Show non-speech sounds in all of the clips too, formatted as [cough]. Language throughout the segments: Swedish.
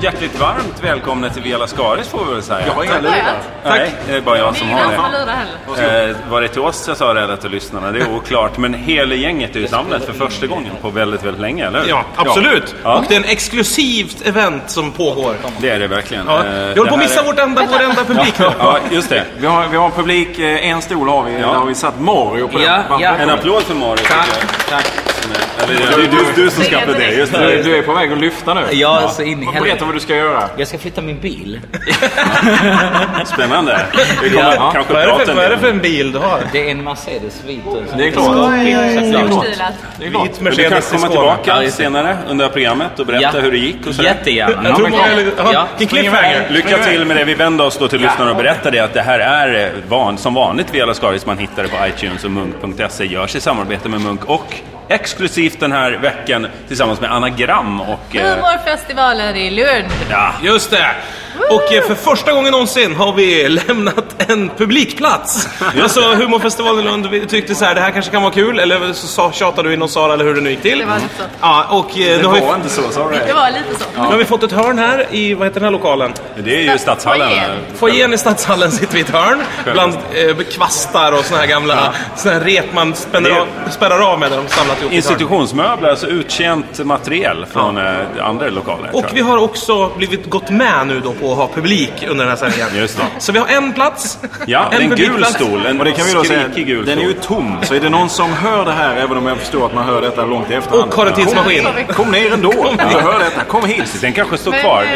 Hjärtligt varmt välkomna till Vela Skaris får vi väl säga. Jag har inga lurar. Nej, det är bara jag Det är som ingen har annan som har det. lurat heller. Eh, var det till oss jag sa rädda till lyssnarna? Det är oklart. Men hela gänget är ju samlat för första gången på väldigt, väldigt länge, eller hur? Ja, absolut. Ja. Och det är en exklusivt event som pågår. Det är det verkligen. Ja. Eh, Vi det håller på att här missa är- vårt enda, vår enda publik nu. Ja, just det. Vi har, vi har publik, eh, en stol har vi. Där har vi satt Mario på Ja, den. ja. En applåd för Mario. tycker jag. Som är- Eller, ja, det är du, du som ska applådera, just Du, det. du är på väg att lyfta nu. Ja, så in i Berätta helvete. vad du ska göra. Jag ska flytta min bil. Spännande. Vi kommer Ja. kanske Vad är, det prata för, en vad är det del. för en bil du har? Det är en Mercedes vit. och- Det är klart. Såklart. Utstilat. Det är klart. Vit Men du kan Mercedes i komma Skåne. tillbaka senare under programmet och berätta hur det gick och så. Jättegärna. Jag tror många... Ja. Ja. Vilken cliffhanger. Lycka till med det. Vi vänder oss då till lyssnarna och berättar det att det här är eh, van, som vanligt Viola Skaris man hittar det på iTunes och munk.se görs i samarbete med Munk och exklusivt den här veckan tillsammans med Anagram och... Eh, Humorfestivaler i Lund. ja, Just det! Och eh, för första gången någonsin har vi lämnat en publikplats. Alltså humorfestivalen i Lund vi tyckte så här, det här kanske kan vara kul, eller så sa- tjatade vi någon Sara eller hur det nu gick till. Det var lite så. Ja, och eh, nu Det har, vi, var inte så, sorry. Det var lite så. nu har vi fått ett hörn här i, vad heter den här lokalen? det är ju Stadshallen. Foajén. Foajén i Stadshallen sitter vi i ett hörn bland eh, kvastar och såna här gamla såna här rep man spänner Det- av, spärrar av med när de samlat ihop i ett hörn. Institutionsmöbler, alltså uttjänt material från eh, andra lokaler. Och tror jag. vi har också blivit gått med nu då på att ha publik under den här sändningen. Just det. Så vi har en plats. Ja, det är en gul publikplats. stol. En Och det kan vi då säga, skrikig gul den är ju stol. tom. Så är det någon som hör det här, även om jag förstår att man hör detta långt i efterhand. Och har en tidsmaskin. Kom- Kom ner ändå. Kom Jag hör detta. Kom hit. Den kanske står Men kvar. eh,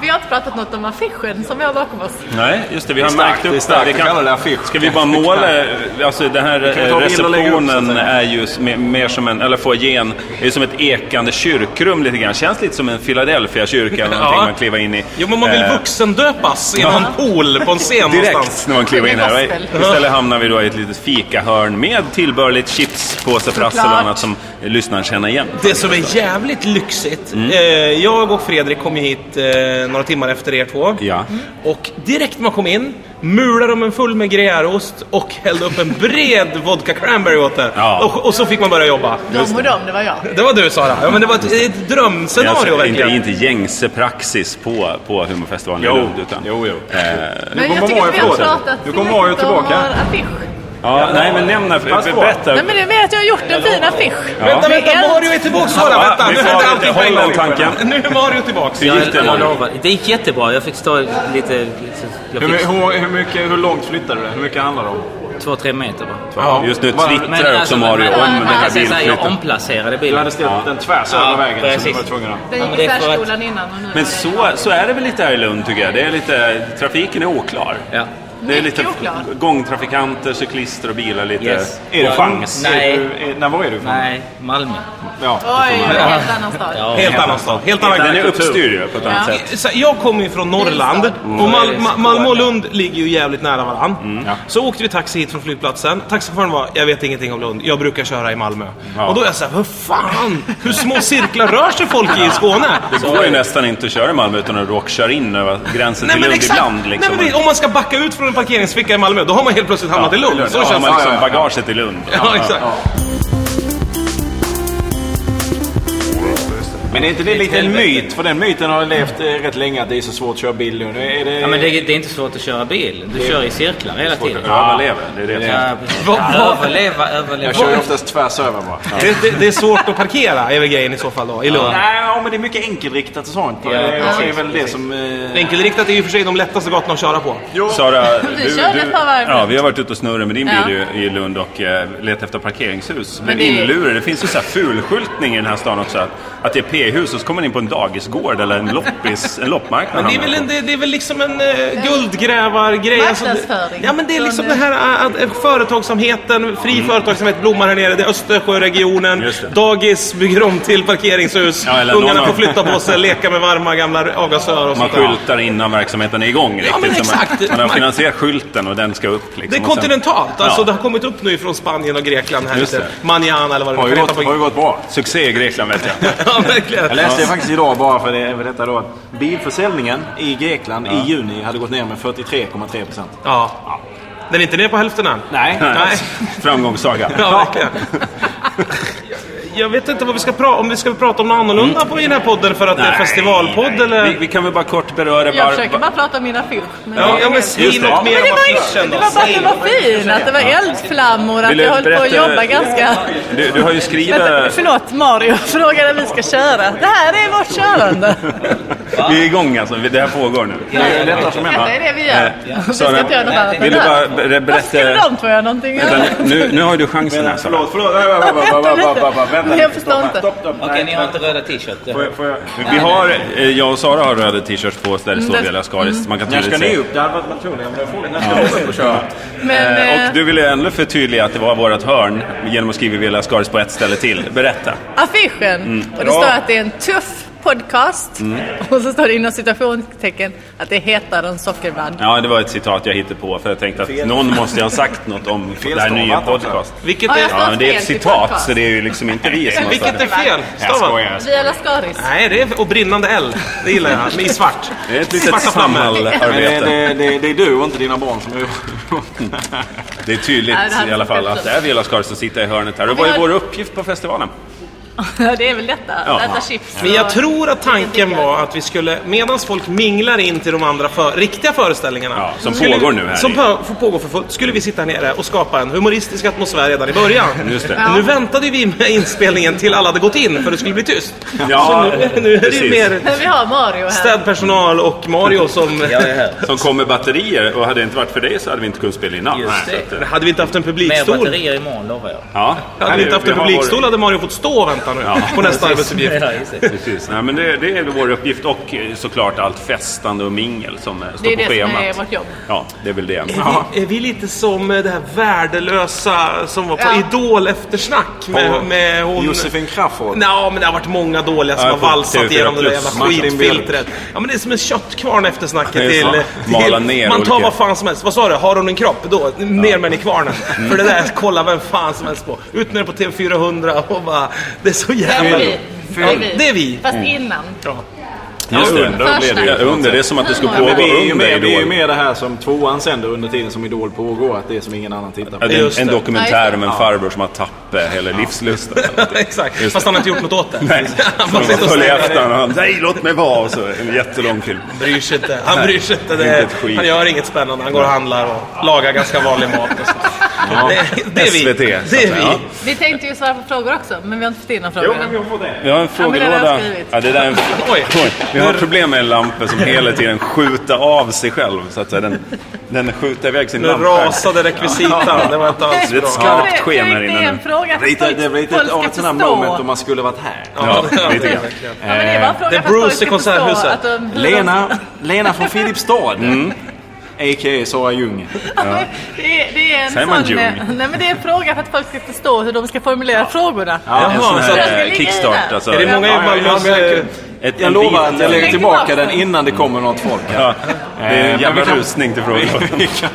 vi har inte pratat något om affischen som vi har bakom oss. Nej, just det. Vi har starkt, märkt det upp är starkt. Vi Vi kallar det affisch. Ska vi bara måla? Alltså den här kan ju ta eh, bild och lägga upp, så att receptionen säga. är ju s- mer, mer som en, eller foajén, är ju som ett ekande kyrkrum lite grann. Känns lite som en Philadelphia kyrka eller någonting Ja. man kliver in i. Jo, men man vill Eh, vuxendöpas i någon pool på en scen någonstans. Direkt när man kliver in här. Gospel. Istället hamnar vi då i ett litet fikahörn med tillbörligt chips, påsefrass eller Såklart. annat som lyssnaren känner igen. Det som är jävligt lyxigt. Mm. Eh, jag och Fredrik kom ju hit eh, några timmar efter er två. Ja. Och direkt när man kom in mulade de en full med gruyèreost och hällde upp en bred vodka cranberry åt det. Ja. Och, och så fick man börja jobba. De och de, det var jag. Det var du Sara. Ja, men det var ett, ett Det är drömscenario alltså inte, verkligen. inte gängse praxis på, på humorfestivalen i Lund. Utan, jo, jo. eh, Men kommer jag tycker Mario att vi har förlåt. pratat Nu kommer Mario tillräckligt om tillbaka. vår affisch. ja, nej, men nämna, Pass på. berätta. Nej men det vet jag, har gjort en fin affisch. Vänta, Det är vänta, en- Mario är tillbaka! Sara, Ja, vänta! vi Nu får händer hålla allting på lite- en hålla gång. i tanken. Nu är Mario tillbaka. Hur gick det Jag Mario? lovar. Det gick jättebra. Jag fick stå lite... lite jag Hur, fick hur, hur, mycket, hur långt flyttade du det? Hur mycket handlar det om? två, tre meter bara. Ja, Just nu Men twittrar också alltså, Mario men- om men den här alltså, jag säger, Jag bilflytten. omplacerade Du bilen. hade ställt den tvärs Ja, över vägen så du precis. var tvungen att... Den gick det i är för att- särskolan innan och nu är Men den- så, så är det väl lite här i Lund tycker jag. Det är lite, trafiken är oklar. Ja. Det är lite Mycket oklar. gångtrafikanter, cyklister och bilar lite Yes. Är du från... fangs. är Nej. du- är- När var är du från? Nej, Malmö. Ja. Oj, helt annan stad. Ja. Helt annan stad. Helt annan Den är kultur. uppstyrd ju på ett annat Ja. sätt. Så här, Jag kommer ju från Norrland och Mal- Mm. Ma- Malmö och Lund ligger ju jävligt nära varandra. Så åkte vi taxi hit från flygplatsen. Taxichauffören var, jag vet ingenting om Lund, jag brukar köra i Malmö. Ja. Och då är jag såhär, hur fan, hur små cirklar rör sig folk i Skåne? Det går ju nästan inte att köra i Malmö utan att råkkör in över gränsen till Lund ibland. Nej, Liksom. men det, om man ska backa ut från en parkeringsficka i Malmö, då har man helt plötsligt hamnat i Lund. Så ja, känns man det. liksom bagaget i Lund. [laughs] Ja, exakt. Men är inte det lite en helvete. myt? För den myten har levt eh, rätt länge att det är så svårt att köra bil nu. Är det... Ja, men det, det är inte svårt att köra bil. Du kör i cirklar hela tiden. Överlever, det är det. Ja, precis. Överleva, överleva. Jag kör ju oftast tvärs över bara. Det, det, det är svårt att parkera, är väl grejen i så fall då, i Lund. Nej, ja, men det är mycket enkelriktat och sånt. det är precis, väl det som... eh, Enkelriktat är ju i och för sig de lättaste gatorna att köra på. Sara, [laughs] Vi körde ett par varv. ja, vi har varit ute och snurrat med din Ja. bil ju i Lund och eh, letat efter parkeringshus. Blev det- inlurade. Det finns ju så här fulskyltning i den här stan också. Att, att det är p-hus och så kommer man in på en dagisgård eller en, loppis, en loppmarknad. Men det är väl, en, det, det är väl liksom en eh, guldgrävargrej. alltså. Marknadsföring. ja, men det är liksom det här eh, att eh, företagsamheten, fri företagsamhet blommar här nere. Det är Östersjöregionen. Mm. Just det. Dagis bygger om till parkeringshus. Ja, eller Ungarna lånar. får flytta på sig, leka med varma gamla avgasrör och Man sånt där. skyltar innan verksamheten är igång. Ja, men riktigt. Så exakt. Man, man har Man- finansierat skylten och den ska upp. Liksom. Det är Och sen- kontinentalt. Alltså, Ja. Det har kommit upp nu från Spanien och Grekland. här Just lite. det. Manjana eller vad det Har nu ju kan heta. gått, har ju på- gått bra. Succé i Grekland vet [laughs] jag. Ja, verkligen. Jag läste faktiskt idag bara för det, för detta då. att Bilförsäljningen i Grekland i juni hade gått ner med 43,3 procent. Ja. Den är inte nere på hälften än. Nej. Nej. Framgångssaga. Ja, verkligen. [laughs] jag vet inte vad vi ska prata om. Vi ska prata om något annorlunda på, i den här podden för att det är festivalpodd eller? Vi, vi kan väl bara kort beröra... Jag var- försöker bara prata om min affisch. Men Ja, det är ja, men helt- säg det. något Men mer det om var, affischen då. inte- det var bara att Säg det var fin, att det var eldflammor, att Vill jag du höll på att berätta- jobba ganska... du, du har ju skrivit... Vänta, förlåt, Mario frågade vi ska köra. Det här är vårt körande. Vi är igång alltså, Vi- det här pågår nu. Eh, Det är detta som Detta händer. är det vi gör. Vi ska inte göra något annat. Vill du bara ber- Vad skulle berätta... de två göra någonting? Vänta, nu, nu har ju du chansen här Sara. Förlåt, förlåt. Nej, vänta, Vänta vänta, vänta, lite. vänta, vänta. Nej, jag förstår Stopp, inte. stopp, stopp. Okej, Nej, ni har inte röda t-shirt. får jag- får jag- Vi har, eh, jag och Sara har röda t-shirts på oss där det står Mm, det- Vela Skaris. Man kan När ska tydligt ni se. upp? Det hade varit naturligt om jag frågade. När ska ni upp och köra? Men, Eh, eh, Och du ville ändå förtydliga att det var vårt hörn genom att skriva Vela Skaris på ett ställe till. Berätta. affischen. Mm. Och det Ja. står att det är en tuff podcast. Och så står det inom citationstecken att det heter en sockervadd. Ja, det var ett citat jag hittade på för jag tänkte att Fel. någon måste ha sagt något om det här nya Felstavat också. podcast. Vilket Ja, är, jag Ja, men det är ett Fel till citat podcast. så det är ju liksom inte vi som har sagt vilket det. är fel? Jag Stavat? skojar. Via Lascaris. Nej, det är, och brinnande L. Det gillar jag. I svart. Det är ett litet Svarta flammor. Men eh, det, sammalarbete. det, det, det är du och inte dina barn som har gjort det. Det är tydligt Nej, det hade i alla inte fall varit att det är Viola Skaris som sitter i hörnet här. Och vi vad är har- vår uppgift på festivalen? det är väl detta. Ja. att Äta chips. Men och- jag tror att tanken var att vi skulle, medan folk minglar in till de andra för, riktiga föreställningarna. Ja, som skulle pågår vi, nu här Som i- på, får pågå för fullt. Skulle vi sitta här nere och skapa en humoristisk atmosfär redan i början. [laughs] Just det. Men Nu väntade vi med inspelningen till alla hade gått in för det skulle bli tyst. Ja, Så [laughs] nu, nu är det ju precis. mer Men vi har Mario här. städpersonal och [laughs] Mario som... Jag är här. Som kommer batterier och hade det inte varit för dig så hade vi inte kunnat spela innan. Just Nej, det. så att, eh, Hade vi inte haft en Mer publikstol batterier imorgon lovar jag. Ja, Hade vi inte haft en har vår- publikstol hade Mario fått stå och vänta nu Ja. [laughs] på nästa arbetsuppgift. [laughs] Ja, just det. Precis, nej, men det, det är vår uppgift och eh, såklart allt festande och mingel som eh, står Det är på det som schemat. är vårt jobb. Ja, det är väl det. Vi, [laughs] är vi lite som eh, det här värdelösa som var på Ja. Idol eftersnack med, med hon... Josefin Crafoord. Nå, men det har varit många dåliga som Ja, har på valsat TV4 igenom det där jävla plus. Martin skitfiltret. Ja, men det är som en köttkvarn eftersnacket Det är till... så. till Mala ner man tar olika- vad fan som helst. Vad sa du? Har hon en kropp? Då, ner med den i kvarnen. Mm. För det där kolla vem fan som helst på. Ut med det på TV400 och bara... Det är så Det jävla... är vi. Fel. Det är vi. Fast Mm. innan. Just det, Under. då blev det ju under. Det är som att det skulle Men pågå vi är ju under med, vi är ju Idol. med det här som tvåan sänder under tiden som Idol pågår. Att det är som ingen annan tittar Ja, på. det är Just en, det. en dokumentär Ja, om en farbror som har tappat hela livslusten. [laughs] Exakt. Just Fast det. han har inte gjort något åt det. [laughs] Nej, Han så bara de sitter och följer slänger efter det. honom. Han, Nej, låt mig vara! Och så en jättelång film. bryr sig inte. Han Nej, bryr sig inte. inte Det, ett skit. han gör inget spännande. Han går och handlar och lagar ganska vanlig [laughs] mat. Och så. det, det är vi. SVT, så att det är säga. Ja. vi. Vi tänkte ju svara på frågor också, men vi har inte fått in några Jo, frågor. men vi har fått det. Vi har en Ja, men det har frågelåda. jag skrivit. Ja, det där är en... Oj. Oj. Vi har ett problem med en lampa som hela tiden skjuter av sig själv. Så att säga. Den, den skjuter iväg sin Nu lampa. rasade rekvisitan. Det var inte alls Det är ett bra. skarpt Ja. sken här Det inne är en nu. fråga för Lite, folk- det blir folk lite ska av ett sånt här förstå. moment om man skulle varit här. Ja, Ja, lite grann. verkligen. Ja, men det var en fråga Det är för att folk Bruce ska i Konserthuset. förstå att de- hur de- Lena, Lena från Filipstad. A.k.a. Sara Ljung. Det är, det är en Säger man sån... Jung? eh, Nej, men det är en fråga för att folk ska förstå hur de ska formulera frågorna. en sån Jaha, så att, att- här eh, kickstart. Alltså. är det många i Ja, ja, Malmös... ja, men- eh, Ett, Jag lovar att jag lägger Lägg tillbaka tillbaka den den. innan det kommer något folk här. [laughs] Ja, det är en jävla Men vi kan- rusning till frågan. Vi kanske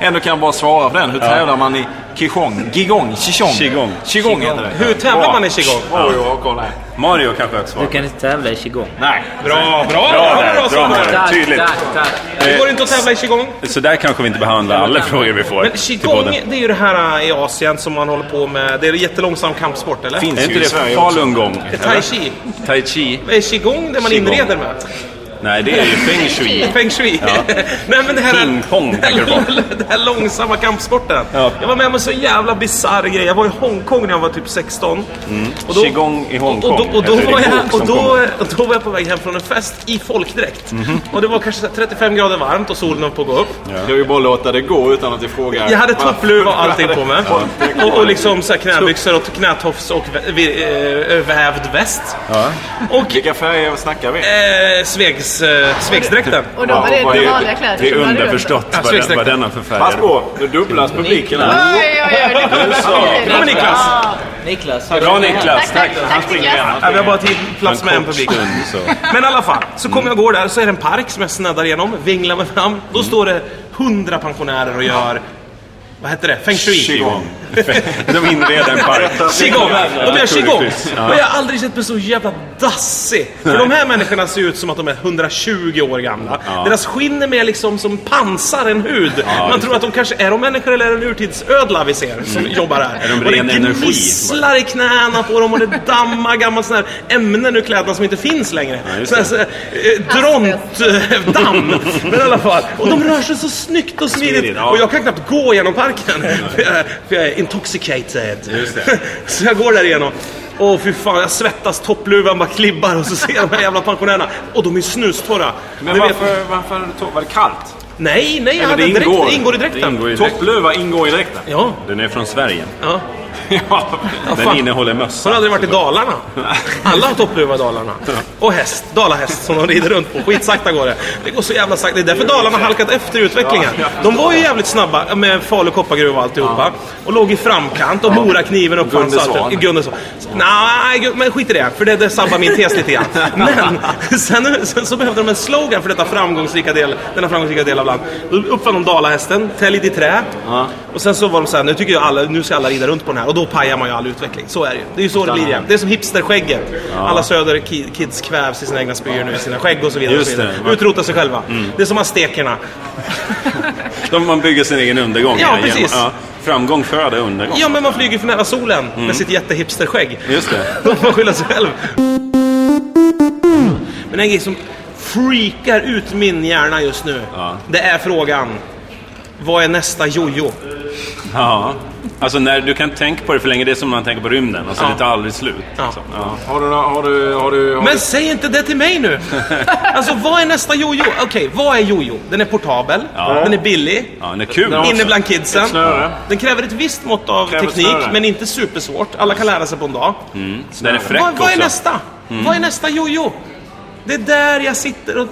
ändå kan bara svara på den. Hur tävlar man i Qigong? Gigong? Qigong? Qigong. Qigong heter det. Hur tävlar Bra. man i qigong? Oj, jag har koll här. Mario kanske har ett svar. Du kan inte tävla i qigong. Nej. Bra, bra! Bra bra, där, bra, bra svar. där. Tack, Tydligt. tack, tack. Det går inte att tävla i qigong. Så där kanske vi inte behandlar alla frågor vi får Men till qigong, podden. det är ju det här eh, i Asien som man håller på med. Det är en jättelångsam kampsport, eller? Finns Är inte ju i det Sverige falungong? Tai chi. eller? Tai chi? Är qigong det man Qigong. inreder med? Nej, det [laughs] är ju feng shui. Feng shui. [laughs] Nej men det här... Ping pong, tänker du på. [laughs] Den här långsamma kampsporten. Ja. Jag var med om en så jävla bisarr grej. Jag var i Hongkong när jag var typ 16. Och Mm. Qigong i Hongkong. Och, då, och, då heter det var i jag, bok och, som då, kommer. och då var jag på väg hem från en fest i folkdräkt. Mhm. Och det var kanske så här 35 grader varmt och solen var på att gå upp. Ska vi bara låta det gå utan att vi frågar? Jag hade toppluva och allting på mig. Och, och liksom så här knäbyxor och knätofs och vä- vi- eh, vävd väst. Och Vilka färger snackar vi? eh, svegs, eh, svegsdräkten. Och då var det Ja, de det- vanliga kläder Det är som hade underförstått Ja, vad den, ursäkta. vad den har för Pass färger. på, nu dubblas publiken. Oj, Niklas. oj, oj. det var- Ja, men Niklas. Niklas. har du- Bra Niklas, tack! Tack, tack Niklas. Ja, vi har bara tid, plats med en kort publik. stund, så. Men i alla fall, så kommer jag gå där så är det en park som jag sneddar igenom, vinglar mig fram. Då står det hundra pensionärer och gör, vad heter det, feng shui. Qigong. [laughs] De inreder en park. Qigong! De gör qigong! Ja. Och jag har aldrig känt mig så jävla dassig. För de här människorna ser ut som att de är 120 år gamla. Deras skinn är mer liksom som pansar än hud. Man tror att de kanske är de människor eller är det en urtidsödla vi ser som jobbar här. Mm. Är de och ren det energi? gnisslar i knäna på dem och det dammar gamla sån här ämnen ur kläderna som inte finns längre. just sån här, så här, eh, drontdamm. [laughs] Men i alla fall. Och de rör sig så snyggt och Smidigt, smidigt. ja. Och jag kan knappt gå genom parken. För jag, är- för jag är intoxicated. Just det. [laughs] Så jag går där igenom. Åh fy fan, jag svettas, toppluvan bara klibbar och så ser jag de här jävla pensionärerna. Och de är snustorra. Men Du vet- varför, varför tog- var det kallt? Nej, nej, jag Eller hade det ingår. ingår. Direkt, det ingår i Det dräkten. ingår i dräkten. Toppluva ingår i dräkten. Ja, Den är från Sverige. ja. ja. Den fan. innehåller Har du mössa. aldrig varit i Dalarna? Alla har toppluva i Dalarna. Och häst, dalahäst som de rider runt på. Skitsakta går det. Det går så jävla sakta. Det är därför Dalarna har halkat efter i utvecklingen. De var ju jävligt snabba med Falu koppargruva och alltihopa. Och låg i framkant och Morakniven uppfanns. Gunde och allt. Svan. Gunde Svan. Nej, gu- men skit i det. För det, det sabbar min tes lite [laughs] grann. Men sen, sen så behövde de en slogan för detta framgångsrika del, denna framgångsrika del av landet. Då uppfann de dalahästen, Täljd i trä. Och sen så var de så här, nu tycker jag alla, nu ska alla rida runt på den här. Och då pajar man ju all utveckling. Så är det ju. Det är ju så det blir igen. Det är som hipsterskägget. Alla söderkids kvävs i sina egna spyor nu, i sina skägg och så vidare. Just och så vidare. det. Mm. Utrotar sig själva. Det är som aztekerna. De, man bygger sin egen undergång. Ja, här genom- precis. Framgång föder undergång. Ja, men man flyger för nära solen Mm. med sitt jättehipsterskägg. Just det. De får skylla sig själv. Men en grej som freakar ut min hjärna just nu. Ja. Det är frågan. Vad är nästa jojo? Ja. Alltså när du kan tänka på det för länge, det är som när man tänker på rymden. Alltså Ja. det tar aldrig slut. Ja. liksom. Ja. Har du, nå- har du, har du, har Men säg inte det till mig nu! Alltså vad är nästa jojo? Okej, vad är jojo? Den är portabel, Ja. den är billig, ja, det är kul. Ja. inne bland kidsen. Ett snöre. Den kräver ett visst mått av Kräver teknik, snöre. men inte supersvårt. Alla kan lära sig på en dag. Mm. Den är fräck Vad, vad är också. Mm. nästa? Vad är nästa jojo? Det är där jag sitter och...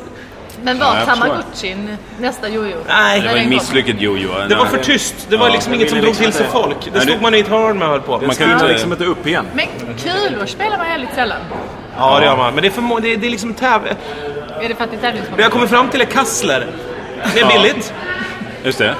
Men Ja, var jag förstår. Tamagotchin nästa jojo? Nej. Det När var den en kom. misslyckad jojo. Det var för tyst. Det var liksom det inget som ville drog liksom till sig inte- folk. Det Nej, stod det- man i ett hörn med och höll på. man kan ju kan inte- liksom inte upp igen. Men kulor spelar man väldigt sällan. Ja, det gör man. Men det är, för, må- det är, det är liksom täv... Är det för att det Det jag är tävlingsmoment? kommer fram till är kassler. Det är billigt. Just det.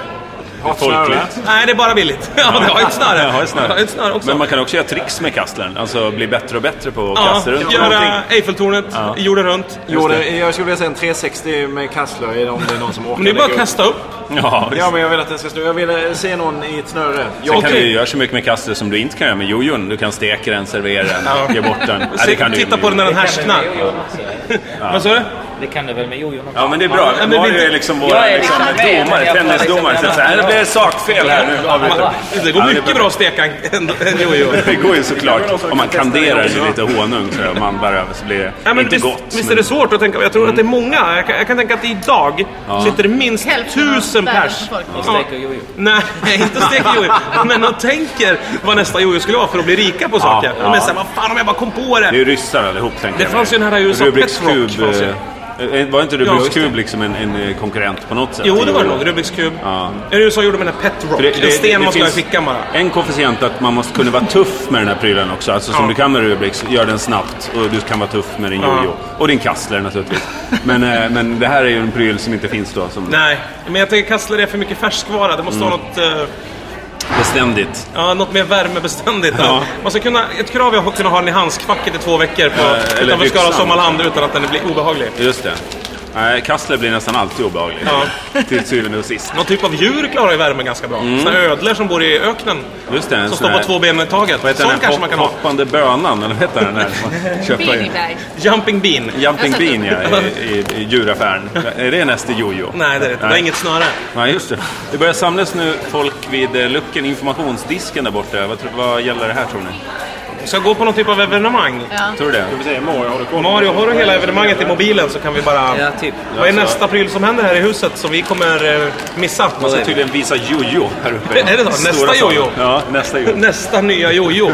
Har ett snöre. Folkligt. Nej, det är bara billigt. [laughs] Ja, det har ju ett snöre. Jag har ett snöre. Jag har ett snöre också. Men man kan också göra tricks med kastlern. Alltså bli bättre och bättre på att Ja, kasta runt. göra någonting. Eiffeltornet jorden runt. Jo, det, jag skulle vilja säga en 360 med kasslöj om det är någon som orkar. Men det är bara att lägga upp. kasta upp. Ja, visst. Ja, men jag vill att den ska snurra. Jag vill eh, se någon i ett snöre. Sen Jag, kan du Okej. ju göra så mycket med kastlern som du inte kan göra med jojon. Du kan steka den, servera den, Ja. ge bort den. Ja, Se- det kan du ju Titta med på den när jojo. den härsknar. [laughs] Vad sa du? Det kan du väl med jojon också? Ja men det är bra. men Mario vi- är liksom vår Jag är liksom, liksom med. domare, Jag får tennisdomare. Så liksom- att säga, det blir sakfel här nu. avbryter vi." Det går mycket bra att steka en en jojo. Det går ju såklart. Om man kanderar i lite honung så man bär över så blir det Ja, men inte visst, gott. visst men- Mm. är det svårt att tänka. Jag tror att det är många. Jag kan, jag kan tänka att idag sitter det minst Hälften av tusen världens pers. befolkning. Ja. Steker jojo. Nej, [laughs] inte steker jojo. Men de tänker vad nästa jojo skulle vara för att bli rika på saker. ja. De är såhär, vad fan om jag bara kom på Det är det. ju ryssar allihop tänker Det jag fanns mig. ju den här i USA, Rubiks Pet Rock kub. fanns ju. eh, eh, Var inte Rubiks just det. kub liksom en, en eh, konkurrent på något sätt? Jo, det var det nog. Rubiks kub. Ja. I USA gjorde man en pet rock. För det- en det- sten det man ska ha i finns fickan bara. En koefficient att man måste kunna vara tuff med den här prylen också. Alltså som Ja. du kan med Rubiks, gör den snabbt och du kan vara tuff med din jojo. Och din kassler naturligtvis. men, eh, men det här är ju en pryl som inte finns då. Som Nej, men jag tänker kassler är för mycket färskvara. Det Mm. måste vara något, eh, beständigt. ja, något mer värmebeständigt. Ja. Man ska kunna, ett krav är att kunna ha den i handskfacket i två veckor på, Eh, eller utanför Skara byxan. Sommarland utan att den blir obehaglig. Just det. Nej, kassler blir nästan alltid obehaglig. [laughs] Till syvende och sist. Någon typ av djur klarar ju värmen ganska bra. Såna ödlor som bor i öknen. Just det, som en Mm. sån står på här- två ben i taget. Vad heter Sån den här kanske man hop- kan ha. hoppande bönan? Eller vad heter den här? Man köper in. Beanie Jumping bean. Jumping Jag har sett bean ja, i, i, i djuraffären. Är det nästa jojo? Nej, det är det inte. Det är inget snöre. Nej, just det. Det börjar samlas nu folk vid eh, lucken, informationsdisken där borta. Vad, tror- vad gäller det här tror ni? Vi ska gå på någon typ av evenemang. Tror du det? vi se, Mario, har du koll? Mario, har du hela evenemanget i mobilen så kan vi bara... Ja, typ. Vad är nästa pryl som händer här i huset som vi kommer eh, missa? Man ska tydligen visa jojo här uppe. Är det så? Nästa Stora sal. jojo? Ja, [laughs] nästa [laughs] jojo. Nästa nya jojo.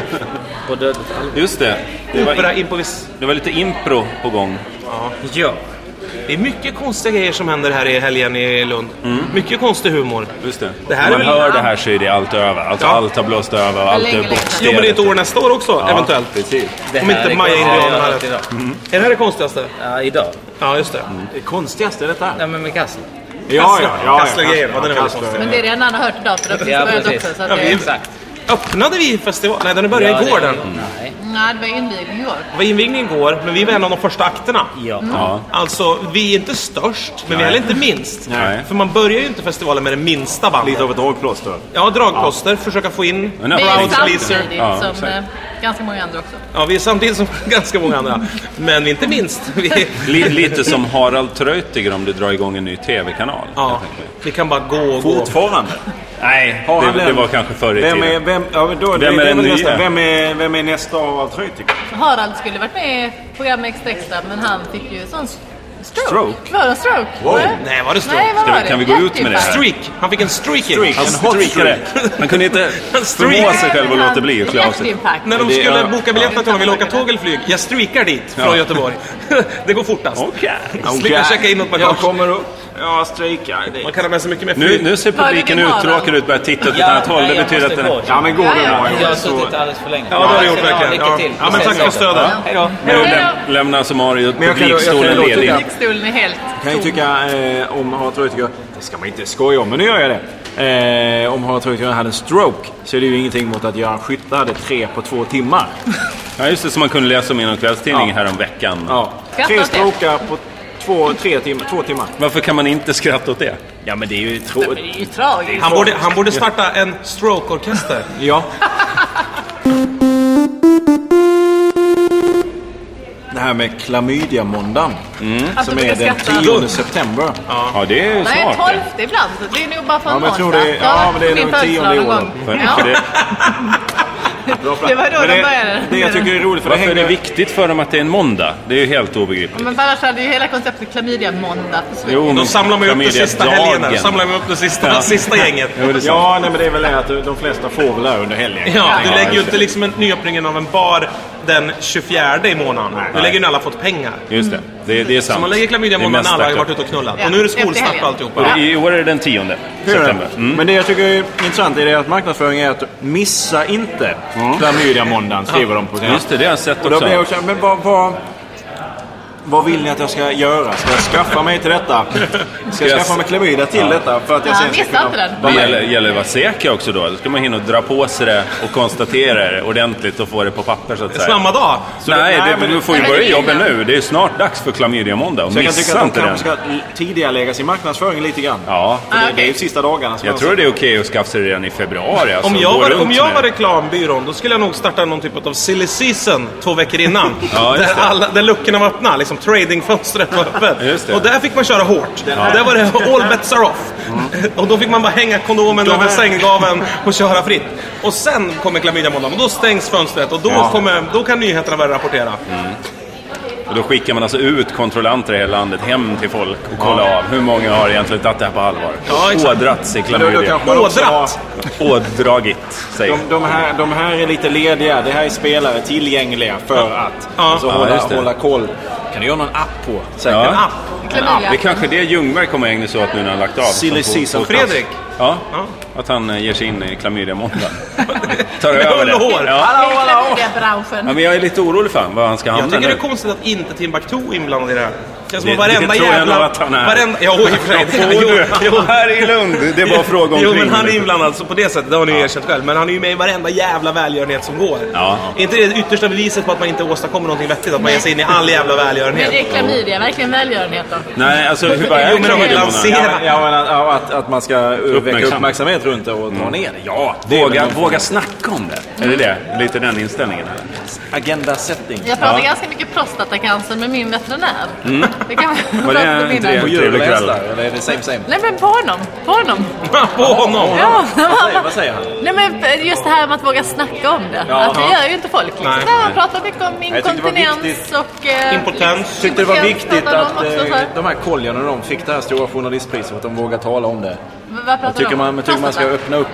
På dödligt allvar. Just det. [laughs] Det Opera var, improvis... det var lite impro på gång. Ja. Det är mycket konstiga grejer som händer här i helgen i Lund. Mm. Mycket konstig humor. Just det. Det här Om är man väl- hör det här så är det allt över. Alltså, Ja. Allt har blåst över och allt länge, är länge. bortsteget. Jo, men det är ett år nästa år också, eventuellt. Precis. Det Om här inte är Maja-indianerna konstigt. hade... Mm. Är det här det konstigaste? Ja, idag. Ja, just det. Det konstigaste är detta. Nej, men med kassen. Ja, Kassler- Kassler-grejen, ja, den är väldigt Kassler. konstig. Men det är det en annan hört idag för det har precis Ja, börjat precis. också. Så att Ja, det vi- är... Exakt. Öppnade vi festivalen? Nej, den började igår den. Nej. Nej, det var invigning igår. Det var invigning igår, men vi var en av de första akterna. Ja. Mm. Ja. Alltså, vi är inte störst, men vi är heller inte minst. Nej. För man börjar ju inte festivalen med det minsta bandet. Lite av ett dragplåster. Ja, dragplåster, försöka få in... Men Vi är Crowd pleaser. samtidigt Ja, som exakt. eh, ganska många andra också. Ja, vi är samtidigt som [laughs] ganska många andra. Men vi är inte minst. Vi, Li- lite som Harald Treutiger om du drar igång en ny TV-kanal. ja, vi kan bara gå och gå. Fortfarande. Nej, Har han det, det den? var kanske förr i Vem är, tiden. vem, ja, men då, det- Vem är det den väl nya? nästa. Vem är, vem är nästa av Treutiger? Harald skulle varit med i programmet Extra Extra, men han fick ju sån s- stroke. Stroke? Var det en stroke? Wow. Var det? Nej, var det stroke? Nej, vad Ska vi- var det? kan vi gå ut med det här? Jätteinfarkt. Streak! Han fick en streak. in. Streak. Han En hot streakade. Han kunde inte förmå sig själv att Men låta han- bli att klä av sig. Hjärtinfarkt. När de Det- skulle ja. boka biljetterna till honom, vi ville åka tåg eller flyg. Jag streakar dit från Ja. Göteborg. [laughs] Det går fortast. Okej. Slipper checka in något Jag bagage. kommer upp. Jag strejkar. Det- Man kan ha med sig mycket mer Nu, flyg. nu ser Var är publiken din Harald? uttråkad ut och börjar titta åt ett Ja, annat håll. nej, Det jag betyder att måste den... gå. Ja men gå Ja, du ja. Jag har Mario. suttit Så- alldeles för länge. Ja, det har du gjort Bra, verkligen. Lycka Ja. till. Ja, men tack för stödet. Ja, Hej då. Nu Hej läm, lämnar alltså Mario Men jag kan- jag kan- publikstolen jag kan- ledig. Publikstolen är helt Kan ju tom. tycka eh, om Harald Treutiger, det ska man inte skoja om, men nu gör jag det. Eh, om Harald Treutiger hade en stroke så är det ju ingenting mot att Göran Skytte hade tre på två timmar. Ja, just det, som man kunde läsa om i någon kvällstidning Ja. häromveckan. Ja. Skrattar Tre åt det. strokar på två, tre tim- två timmar. Varför kan man inte skratta åt det? Ja men det är ju Men Det tråkigt. är ju tragiskt. Han borde, han borde starta en stroke-orkester. Mm. Ja. Det här med klamydiamåndagen Att som de är brukar den skratta. 10 september. Ja, det är ju Nej, smart. det. 12 ibland. Det är nog bara för Ja, en men jag tror onsdag. det är- Jag har ja, varit men det är på min nog födelsedag tionde någon i år. gång. För, Ja. för det, Det var då Men de det, började. det jag tycker är roligt för det varför är det hänger... viktigt för dem att det är en måndag? Det är ju helt obegripligt. Men för annars hade ju hela konceptet klamydia-måndag försvunnit. Jo, Då men samlar man ju upp det sista helgen. här. Då familjedagen. samlar man upp det sista, sista gänget. Jo, det är sant. Ja, nej, men det är väl det att de flesta får väl det här under helgen. Ja, du [laughs] Ja, lägger ju just inte det. liksom en nyöppningen av en bar den 24 i månaden. Du lägger ju när alla fått pengar. Just det, det, det är sant. Så man lägger klamydia Det är månaden när mest alla har aktuellt. varit ute och knullat. Ja, Och nu är det efter skolstart helgen. och alltihopa. Och det- I år är det den 10 september. Mm. Men det jag tycker är intressant är det att marknadsföring är att missa inte klamydiamåndagen, skriver de på sin Just det, det har jag sett Och då blir också. jag såhär, men vad, vad, vad vill ni att jag ska göra? Ska jag skaffa mig till detta? Ska jag jag skaffa s- mig klamydia till detta? För att jag Ja, sen ska missa inte den. Det vara med? gäller, gäller att vara säker också då. Då ska man hinna dra på sig det och konstatera det ordentligt och få det på papper så att säga. Samma dag. Nej, Nej, det, men- du får ju Nej, men börja det är jobba innan. nu. Det är snart dags för klamydiamåndag. Och Så jag kan tycka missa att inte de den. kanske ska tidigare lägga sin marknadsföring lite grann. Ja. För det, Ah, det är ju okej. sista dagarna. som Jag tror det är okej att skaffa sig det redan i februari. Alltså, Om jag, gå var, runt om jag med var det. reklambyrån, då skulle jag nog starta någon typ av silly season två veckor innan. [laughs] Ja, just där, det. alla, där luckorna var öppna, liksom tradingfönstret [laughs] var Just öppet. det. Och där fick man köra hårt. Där var det all bets are off. [laughs] Och då fick man bara hänga kondomen De över här- sänggaveln och köra fritt. Och sen kommer klamydiamåndagen och då stängs fönstret och då, Ja. kommer, då kan nyheterna börja rapportera. Mm. Och då skickar man alltså ut kontrollanter i hela landet hem till folk och kollar av hur många har egentligen tagit det här på allvar. Ja, exakt. Ådrats i Men Då, då klamydia. kanske man också har, Ådrat. Ådragit, säger de, de, här, de här är lite lediga. Det här är spelare tillgängliga för att Ja. alltså, Ja, hålla, just det. hålla koll. Kan du göra någon app på? Säkert Ja. en ah, app. Det är Klamydia. kanske det Ljungberg kommer ägna sig åt nu när han lagt av. Silly Som på- season. Fredrik, Ja, Ja. att han eh, ger sig in i [laughs] klamydiamåndag. Tar Med över hull och hår. det. Ja. Det är klamydiabranschen. ja, men jag är lite orolig för han, vad han ska jag hamna tycker det nu. är konstigt att inte Timbuktu är inblandad i det här. Det känns som Det- att varenda det tror jag nog jävla... att han är. Varenda, ja, oj, i och för sig. [laughs] Jo, Jo, [laughs] jo. du, här i Lund, det är [laughs] bara fråga om Jo, kring. men han är inblandad så på det sättet, det har ni ju erkänt själv. Men han är ju med i varenda jävla välgörenhet som går. Ja. Är inte det det yttersta beviset på att man inte åstadkommer någonting vettigt? Att man ger sig in i all jävla Men det välgörenhet? är klamydia, verkligen välgörenhet då. Nej, alltså hur vad Jo, är men de vill lansera- klamydiamåndag? Ja, men, ja, men att- ja, att, att man ska uh, väcka Uppmärksam. uppmärksamhet runt det och Mm. dra ner det. Ja, det är Våga, väl- våga snacka om det. Är det det? Lite den inställningen. Agenda setting. Jag pratar Ja. ganska mycket prostatacancer med min veterinär. Mm. Det kan Var det en Nej På trevlig djurläs kväll. där, eller är det same same? men på honom, på honom. [laughs] På honom! Ja. Vad säger, vad säger han? Nej men just det här med att våga snacka om det. Ja. att det gör ju inte folk. Liksom. Nej. Nej. man pratar mycket om Jag tyckte det var inkontinens och... Eh, Impotens. tyckte det var impotens viktigt pratar de att också eh, för. de här kollegorna de fick det här stora journalistpriset och att de vågar tala om det. Vad pratar Jag tycker de man, jag tycker man ska Prostata? öppna upp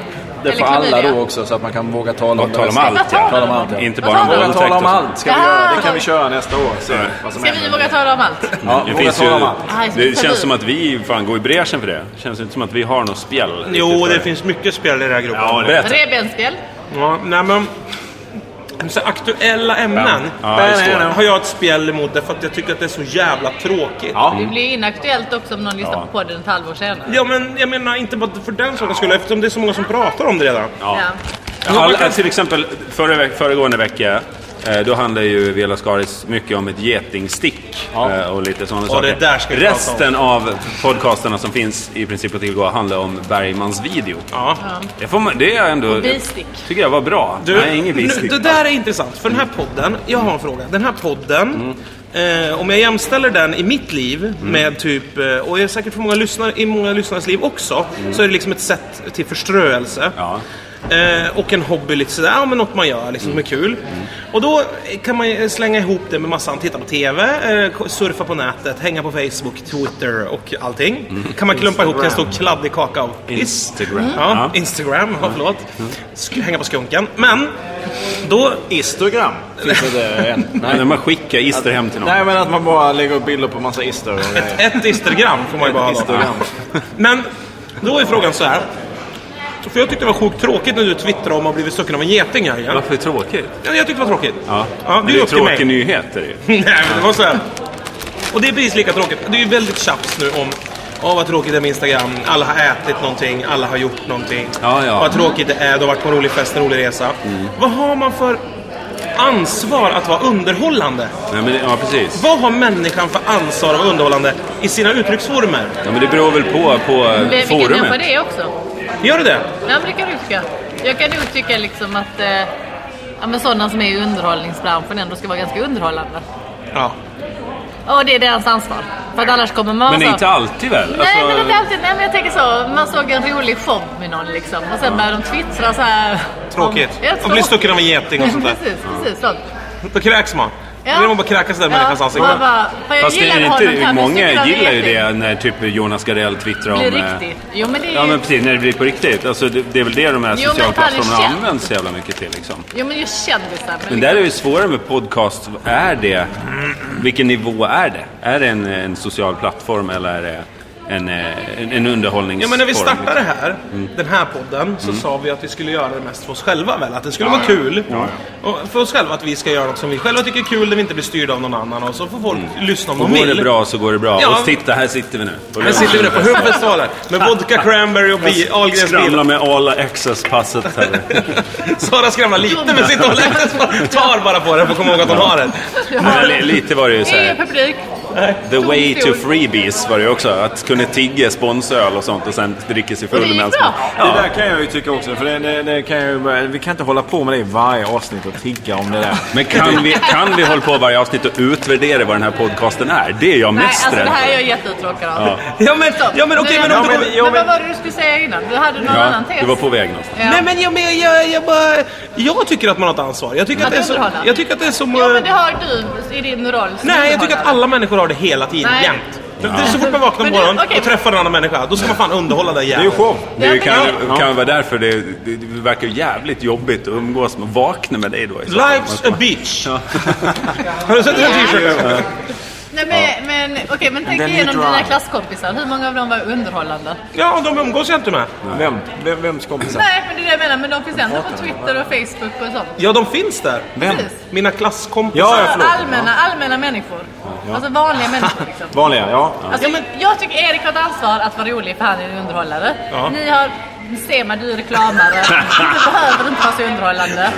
det Eller för alla klamydia. då också så att man kan våga tala om det. Tala om allt, ja. Tala om allt, ja. Inte bara om Vad sa du? Våga våldtäkt. tala om och så. allt ska vi göra. Det kan vi köra nästa år. Se Nej. vad som Ska händer. vi våga tala om allt? Ja, Det, våga finns tala om ju, allt. Nej, så det får vi. känns som att vi fan går i bräschen för det. Det känns inte som att vi har något spjäll. riktigt Jo, för det finns mycket spel i den här gruppen. Ja, berätta. Revbensspjäll? Ja, nej, men, så här, aktuella ämnen Ja, det är Nej, nej, svårt. nej. har jag ett spjäll emot därför att jag tycker att det är så jävla tråkigt. Ja. Det blir inaktuellt också om någon lyssnar Ja. på podden ett halvår senare. Ja men jag menar inte bara för den sakens skull eftersom det är så många som pratar om det redan. Ja. Alla, eh, till exempel förra, veck- föregående vecka, eh, då handlade ju Vela Skaris mycket om ett getingstick eh, och lite sådana saker. det där ska vi prata om. Resten av podcasterna som finns i princip att tillgå handlar om Bergmans video. Ja. Det, får man, det är ändå... bistick. tycker jag var bra. Du, Nej, ingen nu, bistick. det där är intressant, för den här podden, jag har en fråga. Den här podden, eh, om jag jämställer den i mitt liv med typ, eh, och jag är säkert för många lyssnare, i många lyssnares liv också, så är det liksom ett sätt till förströelse. Ja. Eh, och en hobby, lite sådär, ja, men något man gör liksom, som är kul. Och då kan man ju slänga ihop det med massan, titta på TV, eh, surfa på nätet, hänga på Facebook, Twitter och allting. Kan man klumpa ihop till en stor kladdig kaka av piss. Instagram. Ja, Ja. Instagram, ja, Mm. förlåt. Skulle hänga på skunken. Men, då... Instagram finns det där [laughs] än. Nej. När man skickar ister hem till någon. Nej, men att man bara lägger upp bilder på massa ister och [laughs] grejer. Ett Instagram får man ju bara ha. då. Instagram. Men, då är frågan så här. För jag tyckte det var sjukt tråkigt när du twittrade om att ha blivit stucken av en geting här igen. Varför tråkigt? Ja, Jag tyckte det var tråkigt. Ja. ja det är ju upp till mig. tråkig nyhet. Är det ju. Nej, men det var så här. Och det är precis lika tråkigt. Det är ju väldigt tjafs nu om Åh vad tråkigt det är med Instagram, alla har ätit någonting, alla har gjort någonting. Ja, ja. Mm. Vad tråkigt det är, du har varit på en rolig fest, en rolig resa. Vad har man för ansvar att vara underhållande? Nej, men det, ja, precis. Vad har människan för ansvar att vara underhållande i sina uttrycksformer? Ja, men det beror väl på, på eh, Vi, vi kan jämföra forumet. det också. Gör det det? Ja, men det kan du tycka. Jag kan nog tycka liksom att eh, ja, men sådana som är i underhållningsbranschen ändå ska vara ganska underhållande. Ja. Och det är deras ansvar. För att annars kommer man Men det är så- inte alltid väl? Alltså. Alltså, Nej, men inte alltid. Nej, men jag tänker så. Man såg en rolig show med någon liksom. Och sen började de twittra så här. Tråkigt. Ja, Att bli stucken av en geting och sånt där. [laughs] precis, precis. Sånt. Då kräks man. Då vill man bara kräkas där människans ansikte. man bara, fan, jag Fast det gillade är honom här, inte, men stucken många av en gillar ju geting. det när typ Jonas Gardell twittrar om... Blir eh, riktigt. Jo, men det är ju... Ja men precis, när det blir på riktigt. Alltså, det, det är väl det de här Jo, men sociala fan, det plattformarna känns. används så jävla mycket till. Liksom. Jo, men just kändisar. Men Men där är det ju svårare med podcast. Vad Är det, vilken nivå är det? Är det en, en social plattform eller är det en, eh, en, en Ja, underhållningsform? men när vi liksom? startade här, den här podden, Mm. så sa vi att vi skulle göra det mest för oss själva väl? Att det skulle vara kul. Och för oss själva, att vi ska göra något som vi själva tycker är kul, där vi inte blir styrda av någon annan. Och så får folk lyssna om Mm. Och de går vill. det bra så går det bra. Ja. Och titta, här sitter vi nu. Här sitter vi nu på huvudfestivalen med vodka cranberry och bi- Ahlgrens bil. Skramlar med all access-passet [laughs] här. Sara skramlar lite med sitt toalett. Tar bara på den för att komma ihåg att hon har den. Men li- lite var det ju så Ingen här, publik. The way to freebies var det ju också. Att kunna tigga sponsöl och sånt och sen dricka sig Och det full gick medan bra. Ja. Det där kan jag ju tycka också. För det, det, det kan jag ju, bara- vi kan inte hålla på med det i varje avsnitt och tigga om det där. Men kan vi, kan vi hålla på varje avsnitt och utvärdera vad den här podcasten är? Det är jag Nej, mest alltså det rädd här är för. jag jätteuttråkad av. Ja men, ja, men okej, Nej, men om du men vad var det du skulle säga innan? Du hade någon Ja, annan tes? du var på väg någonstans. Ja. Nej men jag, men jag, jag bara... Jag tycker att man har ett ansvar. Jag tycker att Att det är så... underhålla. Jag tycker att det är som... Jo, eh, men det har du i din roll. som Nej, jag tycker att underhållare. alla människor har det hela tiden, Nej. jämt. Det är så fort man vaknar på Men du, morgonen okej. och träffar en annan människa, då ska man fan underhålla den Det är ju jäveln. show. Det kan, Ja. kan vara därför det, det, det verkar jävligt jobbigt att umgås med. Vakna med dig då. i så fall. Life's a bitch. [laughs] Har du sett den t-shirten? Nej, men, men, okej, men tänk then you igenom drive. dina klasskompisar. Hur många av dem var underhållande? Ja, de umgås jag inte med. Vem? Vem? Vems kompisar? Nej, men det är det jag menar. Men de finns ändå på Twitter och Facebook och sånt. Ja, de finns där. Vem? Precis. Mina klasskompisar. Ja, ja, förlåt. allmänna, allmänna människor. Alltså vanliga människor liksom. Vanliga, ja. Alltså, Jag tycker Erik har ett ansvar att vara rolig för han är en underhållare. Ja. Ni har Sema, du är reklamare. Du behöver inte vara så underhållande.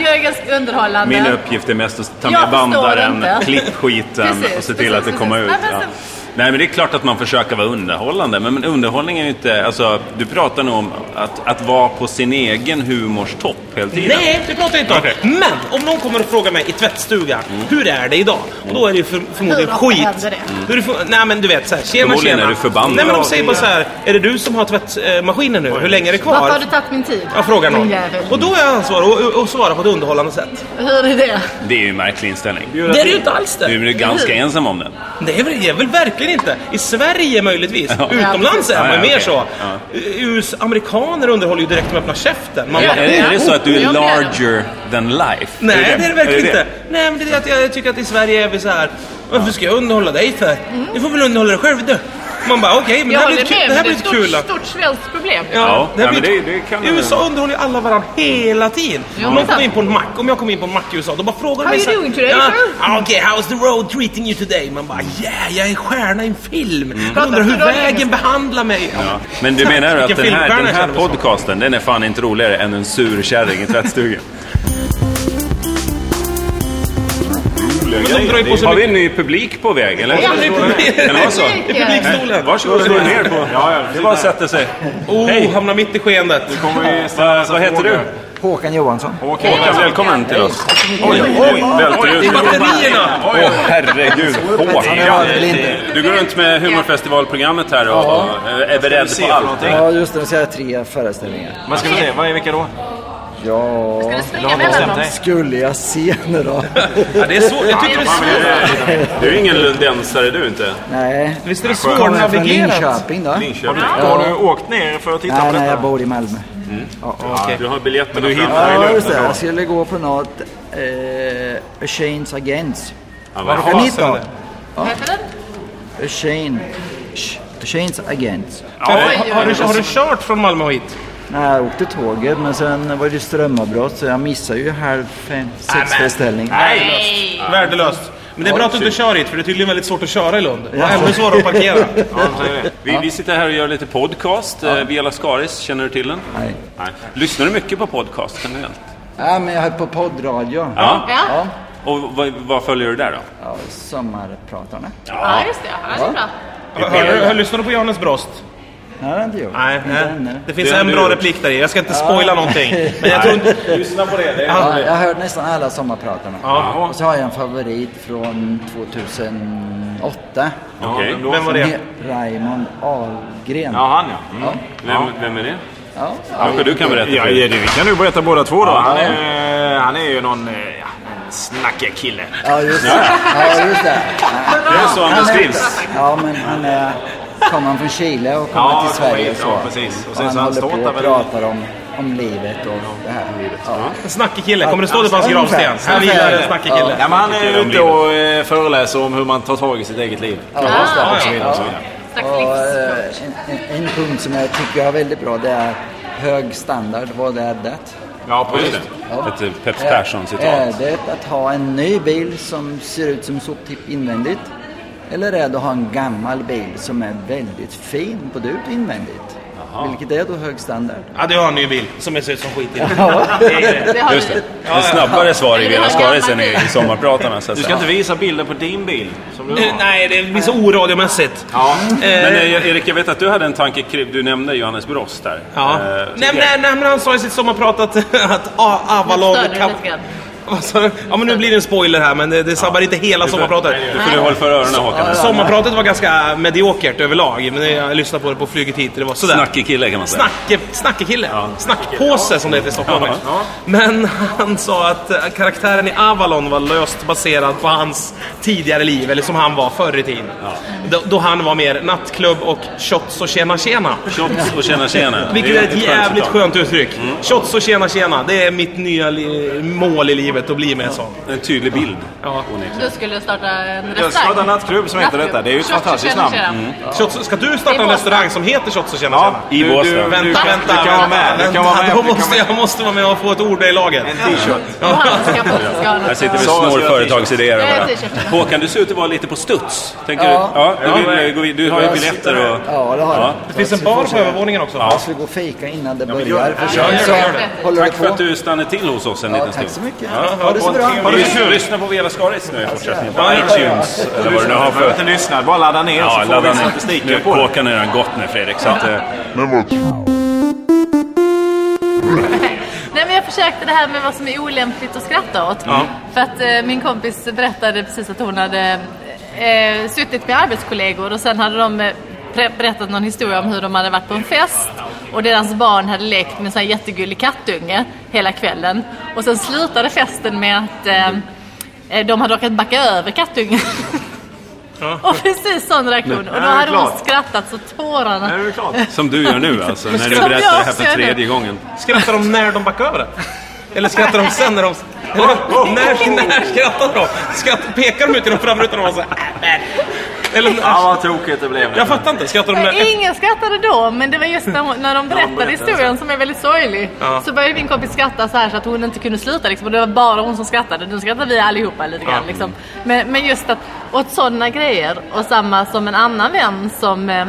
Jörgens underhållande. Min uppgift är mest att ta Jag med förstår bandaren, inte. klipp skiten Precis, och se till precis, att det kommer ut. precis. Nej, Ja. men alltså- Nej men det är klart att man försöker vara underhållande, men men underhållning är ju inte... Alltså, du pratar nog om att, att vara på sin egen humors topp hela tiden. Nej, det pratar jag inte om. Men om någon kommer och frågar mig i tvättstugan, Mm. hur är det idag? Och då är det ju för, förmodligen Hur ofta skit. händer det? Hur är det för, nej men du vet såhär, tjena Förmodligen tjena. är du förbannad. Nej men de säger bara såhär, är det du som har tvättmaskinen nu? Hur länge är det kvar? Varför har du tagit min tid? Jag frågar någon. Din jävel. Och då är jag ansvarig och, och svarar på ett underhållande sätt. Hur är det? Det är ju en märklig inställning. Det är det ju inte alls Du det. är ju ganska ensam om den. Det är väl, jag är väl verkligen inte. I Sverige möjligtvis. Utomlands är Ja, man ju ja, mer okej. så. US, amerikaner underhåller ju direkt med att öppna käften. Man Ja, Är bara, det, är det så att du Ja, är det är det. larger than life? Nej, det är det verkligen Är det inte. Nej, men det är det att jag tycker att i Sverige är vi så här. Varför ska jag underhålla dig för? Du får väl underhålla dig själv du. Man bara, okej, men det Mm. Jag här blir håller ett kul- med, det här men det blir är ett kul... ett stort, stort svenskt problem. Ja, det här ja, blir men ett- det- det kan- I USA underhåller ju alla varandra hela tiden. Ja, om men man kommer sant. in på en mack, om jag kommer in på en mack i USA, då bara frågar de How mig you så här, doing today, ja, sir?" ah, Okej, how's the road treating you today? Man bara, yeah, jag är stjärna i en film. Mm. Jag Pratar undrar hur inte de vägen engelska? behandlar mig. [laughs] Ja. Men du menar att Vilken den här, filmstjärna den här känner vi som. podcasten, den är fan inte roligare än en sur kärring i tvättstugan? Men de drar ju på sig Har vi mycket- en ny publik på väg eller? Ja, Kan det vara så? [laughs] Eh, I publikstolen. Varsågod och slå er ner på. Det var att sätta sig. Oh, hamnar mitt i [laughs] skeendet. Va, vad heter du? Håkan Johansson. Håkan, välkommen till oss. Oj, oj, välte du Det är ut. batterierna! Åh herregud, Håkan. väl inte. Du går runt med humorfestivalprogrammet här och, och är beredd på allt. Ja, just det. Nu ser jag tre föreställningar. Men ska vi se, vad är vilka då? Ja, Ska du springa mellan dem? skulle jag se [laughs] nu då? Ja, det är svårt. Jag tycker det är svårt. Du är ingen lundensare du inte. Nej. Visst är det Kommer jag från svårnavigerat? Linköping då? Har du åkt ner för att titta på Nej, detta? nej, jag bor i Malmö. Du har biljetterna du Ja, just det. Jag skulle gå på något... Eh, A Shanes Agents. Kan ni fasen är ta? det? Vad heter den? A Shane... Sh- A Shanes Agents. Har, har, du, har du kört från Malmö och hit? Nej, jag åkte tåget men sen var det ju strömavbrott så jag missade ju halv fem, sex föreställning. Nej! Värdelöst. Men det är bra att du inte kör hit, för det är tydligen väldigt svårt att köra i Lund. Och ännu svårare att [laughs] parkera. Vi, vi sitter här och gör lite podcast. Ja. Viola Skaris, känner du till den? Nej. Nej. Lyssnar du mycket på podcast generellt? Ja, men jag höll på poddradio. Ja. Ja. Ja, Och vad, vad följer du där då? ja sommarpratarna. ja, just det. Ja, det är bra. Hör, hör, hör, lyssnar du på Johannes Brost? Nej, det har jag inte gjort. Nej, inte nej. ännu. Det finns Det är en du. bra replik där i. Jag ska inte spoila någonting. Men jag tror inte... Lyssna på det. det är... Ja, jag har hört nästan alla sommarpratarna. Ja. Och så har jag en favorit från 2008. Okej. Vem var Som det? heter Raymond Ahlgren. Ja, han ja. Mm. Vem, vem är det? Ja. Kanske du kan berätta? Ja, för ja, det, vi kan nu berätta båda två då. Han är, han är ju någon eh, ja, snackig kille. ja, just det. Ja, just det. Ja. Det är så han beskrivs. Ja, men han är... Kom han från Chile och kom Ja, till kom Sverige hit, och så. ja, precis. Och Och sen han så han håller ståtar på och väl- pratar om, om livet och det här. Ja. En snackig kille. Kommer det stå det på hans Ungefär. gravsten? Här vilar en snackig kille. Ja, men han är Kille ju om ute och eh, föreläser om hur man tar tag i sitt eget liv. Ah, Och så vidare och så vidare. Stack Och, livs. eh, en, en, en punkt som jag tycker är väldigt bra det är hög standard, vad är det? Ja, precis. Ett eh, Peps Persson-citat. Är det att ha en ny bil som ser ut som soptipp invändigt? Eller är det att ha en gammal bil som är väldigt fin på dut invändigt? Vilket är då hög standard? Ja, du har en ny bil som ser ut som [laughs] skit i den. Det har Just vi. det. Det snabbare svar i Men det Viola var Skaris än gammal i bil. i sommarpratarna. Så att Du ska säga. inte visa bilder på din bil. Som du har. Nej, det blir så oradiomässigt. Ja. Men eh, Erik, jag vet att du hade en tanke kring... Du nämnde Johannes Brost där. Ja. Eh, nej, tycker jag. nej, nej, men han sa i sitt sommarprat att, [laughs] att ah, A- Avalon... Störde det lite grann. [laughs] Vad sa du? Ja, men nu blir det en spoiler här, men det, det sabbar inte hela Du får- sommarpratet. Du får du hålla för öronen Håkan. Sommarpratet var ganska mediokert överlag, men jag lyssnade på det på flyget hit och det var sådär. Snackig kille Alltså. kan man säga. Snacke, snackekille. Snackpåse som det heter i Stockholm. Men [laughs] han sa att eh, karaktären i Avalon var löst baserad på hans tidigare liv, eller som han var förr i tiden. Då, då han var mer nattklubb och shots och tjena tjena. Shots och tjena tjena. [laughs] Vilket Det är ett skönt jävligt citat. skönt uttryck. Mm. Shots och tjena tjena, det är mitt nya li- mål i livet att bli med en sån. En tydlig bild. Ja. Du skulle starta en restaurang. Jag startar en nattklubb som heter detta. Det är ju ett Nattklubb. fantastiskt Tjena, namn. tjena. Shots, ska du Det starta är en Båstad. restaurang som heter Shots och tjena Ja, tjena? I du, du, Båstad. du, Vänta, kan- vänta, du kan vara vänta, med. Du vänta. kan vara med. Då Du kan måste, jag måste vara med och få ett ord i laget. En t-shirt. Johannes ska på ska ha Här något. sitter vi och Sara snor ska göra företagsidéer. och t-shirt. Jag bara. gör t-shirt. Håkan, du ser ut att vara lite på studs. Tänker Ja. du? Ja, du, vill, eh, gå vid- du har ju Jag- biljetter och... Ja, det har jag. Det finns en bar på övervåningen också. Jag skulle gå och fejka innan det börjar. för gör det, så gör det. håller Tack det för på. att du stannade till hos oss en Ja, liten tack så stund. mycket. Ha det så bra. Har du kul? Lyssna på Vela Skaris nu i fortsättningen. På iTunes, eller vad du nu har Du behöver för... inte lyssna. Bara ladda ner Ja, så får ladda vi ner. Nu statistiken har på det. Håkan har redan gått nu Fredrik, så att... eh, Nej men jag försökte det här med vad som är olämpligt att skratta åt. För att eh, min kompis berättade precis att hon hade eh, suttit med arbetskollegor och sen hade de eh, pre- berättat någon historia om hur de hade varit på en fest och deras barn hade lekt med en sån här jättegullig kattunge hela kvällen. Och sen slutade festen med att eh, eh, de hade råkat backa över kattungen. [laughs] Och precis sån reaktion. Och då Ja, det är hade hon klart. skrattat så tårarna... Är du klar? Som du gör nu alltså, när du Som jag berättar det här också för gör nu. tredje gången. Skrattar de när de backar över det? Eller skrattar de sen när de... Eller, när, när skrattar de? Skratt, pekar de ut genom framrutan och bara så här, "Äh, men Eller, Ja, vad tokigt det blev. nu. jag fattar inte. Skrattar de Men där? Ingen skrattade då, men det var just när, hon, när de berättade historien som är väldigt sorglig. alltså. Ja. Så började min kompis skratta så här så att hon inte kunde sluta liksom. Och det var bara hon som skrattade. Nu skrattar vi allihopa lite grann liksom. Men, men just att, åt sådana grejer. Och samma som en annan vän som eh,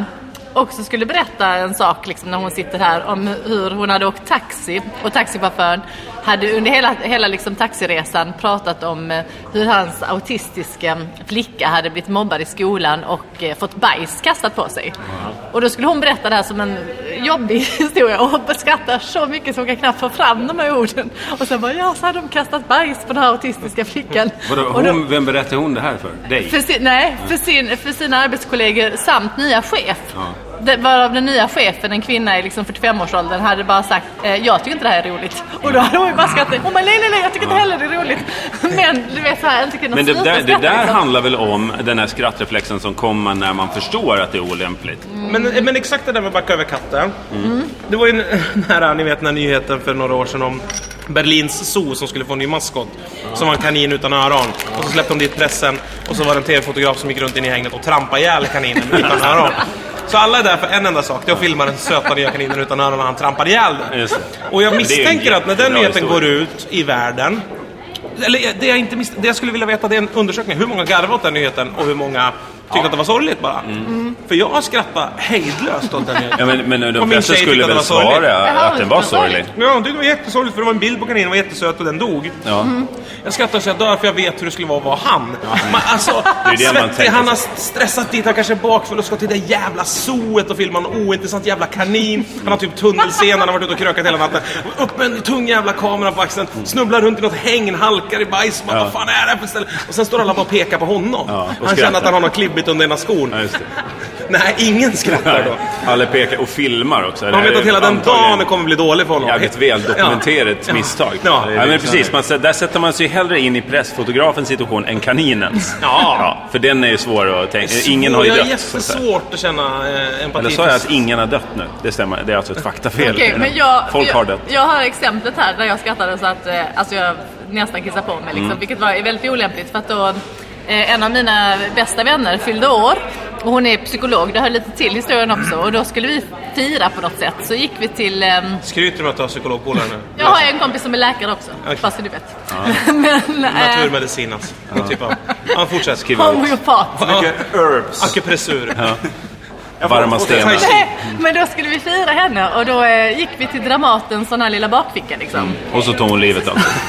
också skulle berätta en sak liksom, när hon sitter här om hur hon hade åkt taxi och taxichauffören hade under hela, hela liksom, taxiresan pratat om eh, hur hans autistiska flicka hade blivit mobbad i skolan och eh, fått bajs kastat på sig. Och då skulle hon berätta det här som en jobbig [laughs] historia och skrattar så mycket så hon kan knappt få fram de här orden. Och sen bara, ja så hade de kastat bajs på den här autistiska flickan. Vadå, Och då- hon, vem berättar hon det här för? Dig? för sin, nej, för, sin, för sina arbetskollegor samt nya chef. Det, varav den nya chefen, en kvinna i liksom 45-årsåldern, hade bara sagt eh, jag tycker inte det här är roligt. Och då hade hon ju bara skrattat. Hon bara nej, nej, nej, jag tycker inte heller det är roligt. [laughs] Men du vet så här, inte kunde Men det sluta där, det skratta, där liksom. handlar väl om den här skrattreflexen som kommer när man förstår att det är olämpligt? Mm. Men, men exakt det där med att backa över katten. Det var ju en- [laughs] den här, ni vet, den här nyheten för några år sedan om Berlins zoo som skulle få en ny maskot. Som var en kanin utan öron. Och så släppte de dit pressen och så var det en tv-fotograf som gick runt inne i hägnet och trampade ihjäl kaninen [laughs] utan öron. Så alla är där för en enda sak, det är att filma den söta nya kaninen utan öron när han trampar ihjäl den. Just det. Och jag Det är ju en misstänker att när den jättebra nyheten historia. går ut i världen eller eh, det jag, inte misst- det jag skulle vilja veta det är en undersökning. Hur många garvade åt den nyheten och hur många tyckte att det var sorgligt bara? För jag har skrattat hejdlöst åt den nyheten. [laughs] Ja, men, men Och de min flesta tjej skulle tyckte väl det var sorgligt. svara Jaha, att det var det var sorgligt. sorgligt? Ja, det var jättesorgligt för det var en bild på kaninen, den var jättesöt och den dog. Ja. Jag skrattar så jag dör för jag vet hur det skulle vara att vara han. Man, alltså, [laughs] Det är det man svettig, tänker han sig. har stressat dit, han kanske är bakfull och ska till det jävla zooet och filma en ointressant jävla kanin. Han har typ tunnelseende, han har varit ute och krökat hela natten. Upp med en tung jävla kamera på axeln, snubblar runt i något häng, halkar i bajs. Bara, Mm. Ja. Vad fan är det här för ställe? Och sen står alla bara och pekar på honom. Ja, och han känner skrattar. att han har något klibbigt under ena skon. Ja, just det. Nej, ingen skrattar då. Alla pekar och filmar också. Det Han här vet är att hela den antagligen dagen kommer bli dålig för honom. Jävligt väldokumenterat Ja. misstag. Ja. Ja, men precis. Man, där sätter man sig hellre in i pressfotografens situation än kaninens. Ja. för den är ju svår att tänka. Ingen har ju jag dött. har så att säga. jättesvårt att känna eh, empati. Eller sa jag att ingen har dött nu? Det stämmer. Det är alltså ett faktafel. Okej, men jag, Folk jag, har dött. Jag har exemplet här där jag skrattade så att eh, alltså jag nästan kissade på mig. Liksom, Mm. Vilket var väldigt olämpligt för att då eh, en av mina bästa vänner fyllde år och hon är psykolog. Det hör lite till historien också. Och då skulle vi fira på något sätt. Så gick vi till ehm, Skryter du med att du har psykologpolare nu? jag har en kompis som är läkare också, Okej. bara så du vet. [laughs] Men, eh, Naturmedicin alltså. Typ av. Ja, fortsätt. Skriv homeopat. Mycket herbs. Akupressur. Varma stenar. Tack. Nej, [laughs] Men då skulle vi fira henne och då eh, gick vi till Dramatens sån här lilla bakficka liksom. Och så tog hon livet av [laughs] sig.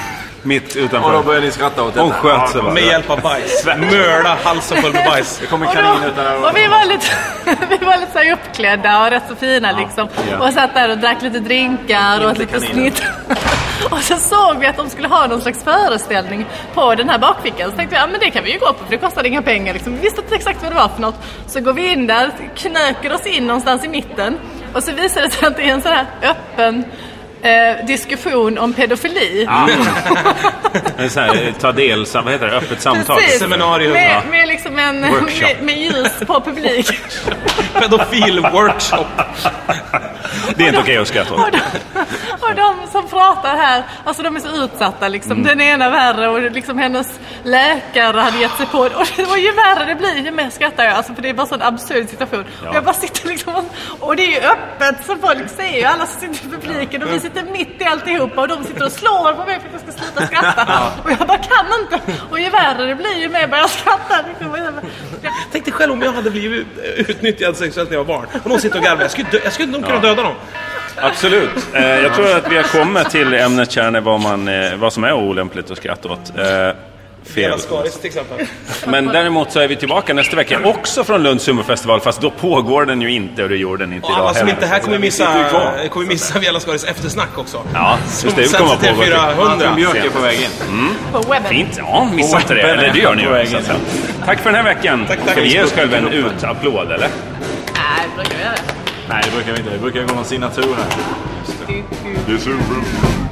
Mitt Och då utanför. börjar ni skratta åt detta. Hon sköt sig bara. Med hjälp av bajs. Möla halsen full med bajs. Det kommer Och, kanin då, utan öron. och vi var lite, [laughs] vi var lite så här uppklädda och rätt så fina liksom. ja. Och satt där och drack lite drinkar och åt lite snitt. [laughs] och så såg vi att de skulle ha någon slags föreställning på den här bakfickan. Så tänkte vi, ja men det kan vi ju gå på för det kostade inga pengar liksom. Vi visste inte exakt vad det var för något. Så går vi in där, knöker oss in någonstans i mitten. Och så visar det sig att det är en sån här öppen Eh, diskussion om pedofili. En sån här, eh, ta del, sam- vad heter det, öppet [laughs] samtal. Precis. Seminarium. Med, med liksom en... Workshop. Med, med ljus på publik. Pedofil-workshop. Det är inte okej att skratta åt. Och de, och de som pratar här, alltså de är så utsatta liksom. Den ena värre och liksom hennes läkare hade gett sig på det. Och det var ju värre det blir, ju mer skrattar jag. Alltså för det är bara en sån absurd situation. Och jag bara sitter liksom och- och det är ju öppet så folk ser ju alla som sitter i publiken och vi sitter mitt i alltihopa och de sitter och slår på mig för att jag ska sluta skratta. Och jag bara kan inte. Och ju värre det blir ju mer börjar jag skratta. Liksom. Och jag bara- Ja, Tänk dig själv om jag hade blivit utnyttjad sexuellt när jag var barn. Och någon sitter och garvar. Jag skulle, dö- jag skulle nog kunna döda dem. Absolut. Eh, jag tror att vi har kommit till ämnet kärna vad, man, eh, vad som är olämpligt att skratta åt. Eh, fel. Jävla skaris till exempel. Men däremot så är vi tillbaka nästa vecka, också från Lunds humorfestival, fast då pågår den ju inte och det gjorde den inte Och idag alla som heller. inte är här kommer Vi sitter ju missa, kvar. kommer missa Viala Skaris eftersnack också. Ja, just det. Vi kommer att Sen pågå. till 400. Mjölk är på väg in. på webben. Fint. Ja, missa inte det. Eller det gör ni ju. så att säga. Tack för den här veckan. Tack, tack. Ska vi ge oss själva en utapplåd, eller? Nej, det brukar jag göra. Nej, det brukar vi inte. Det brukar gå någon signatur här. Det är super.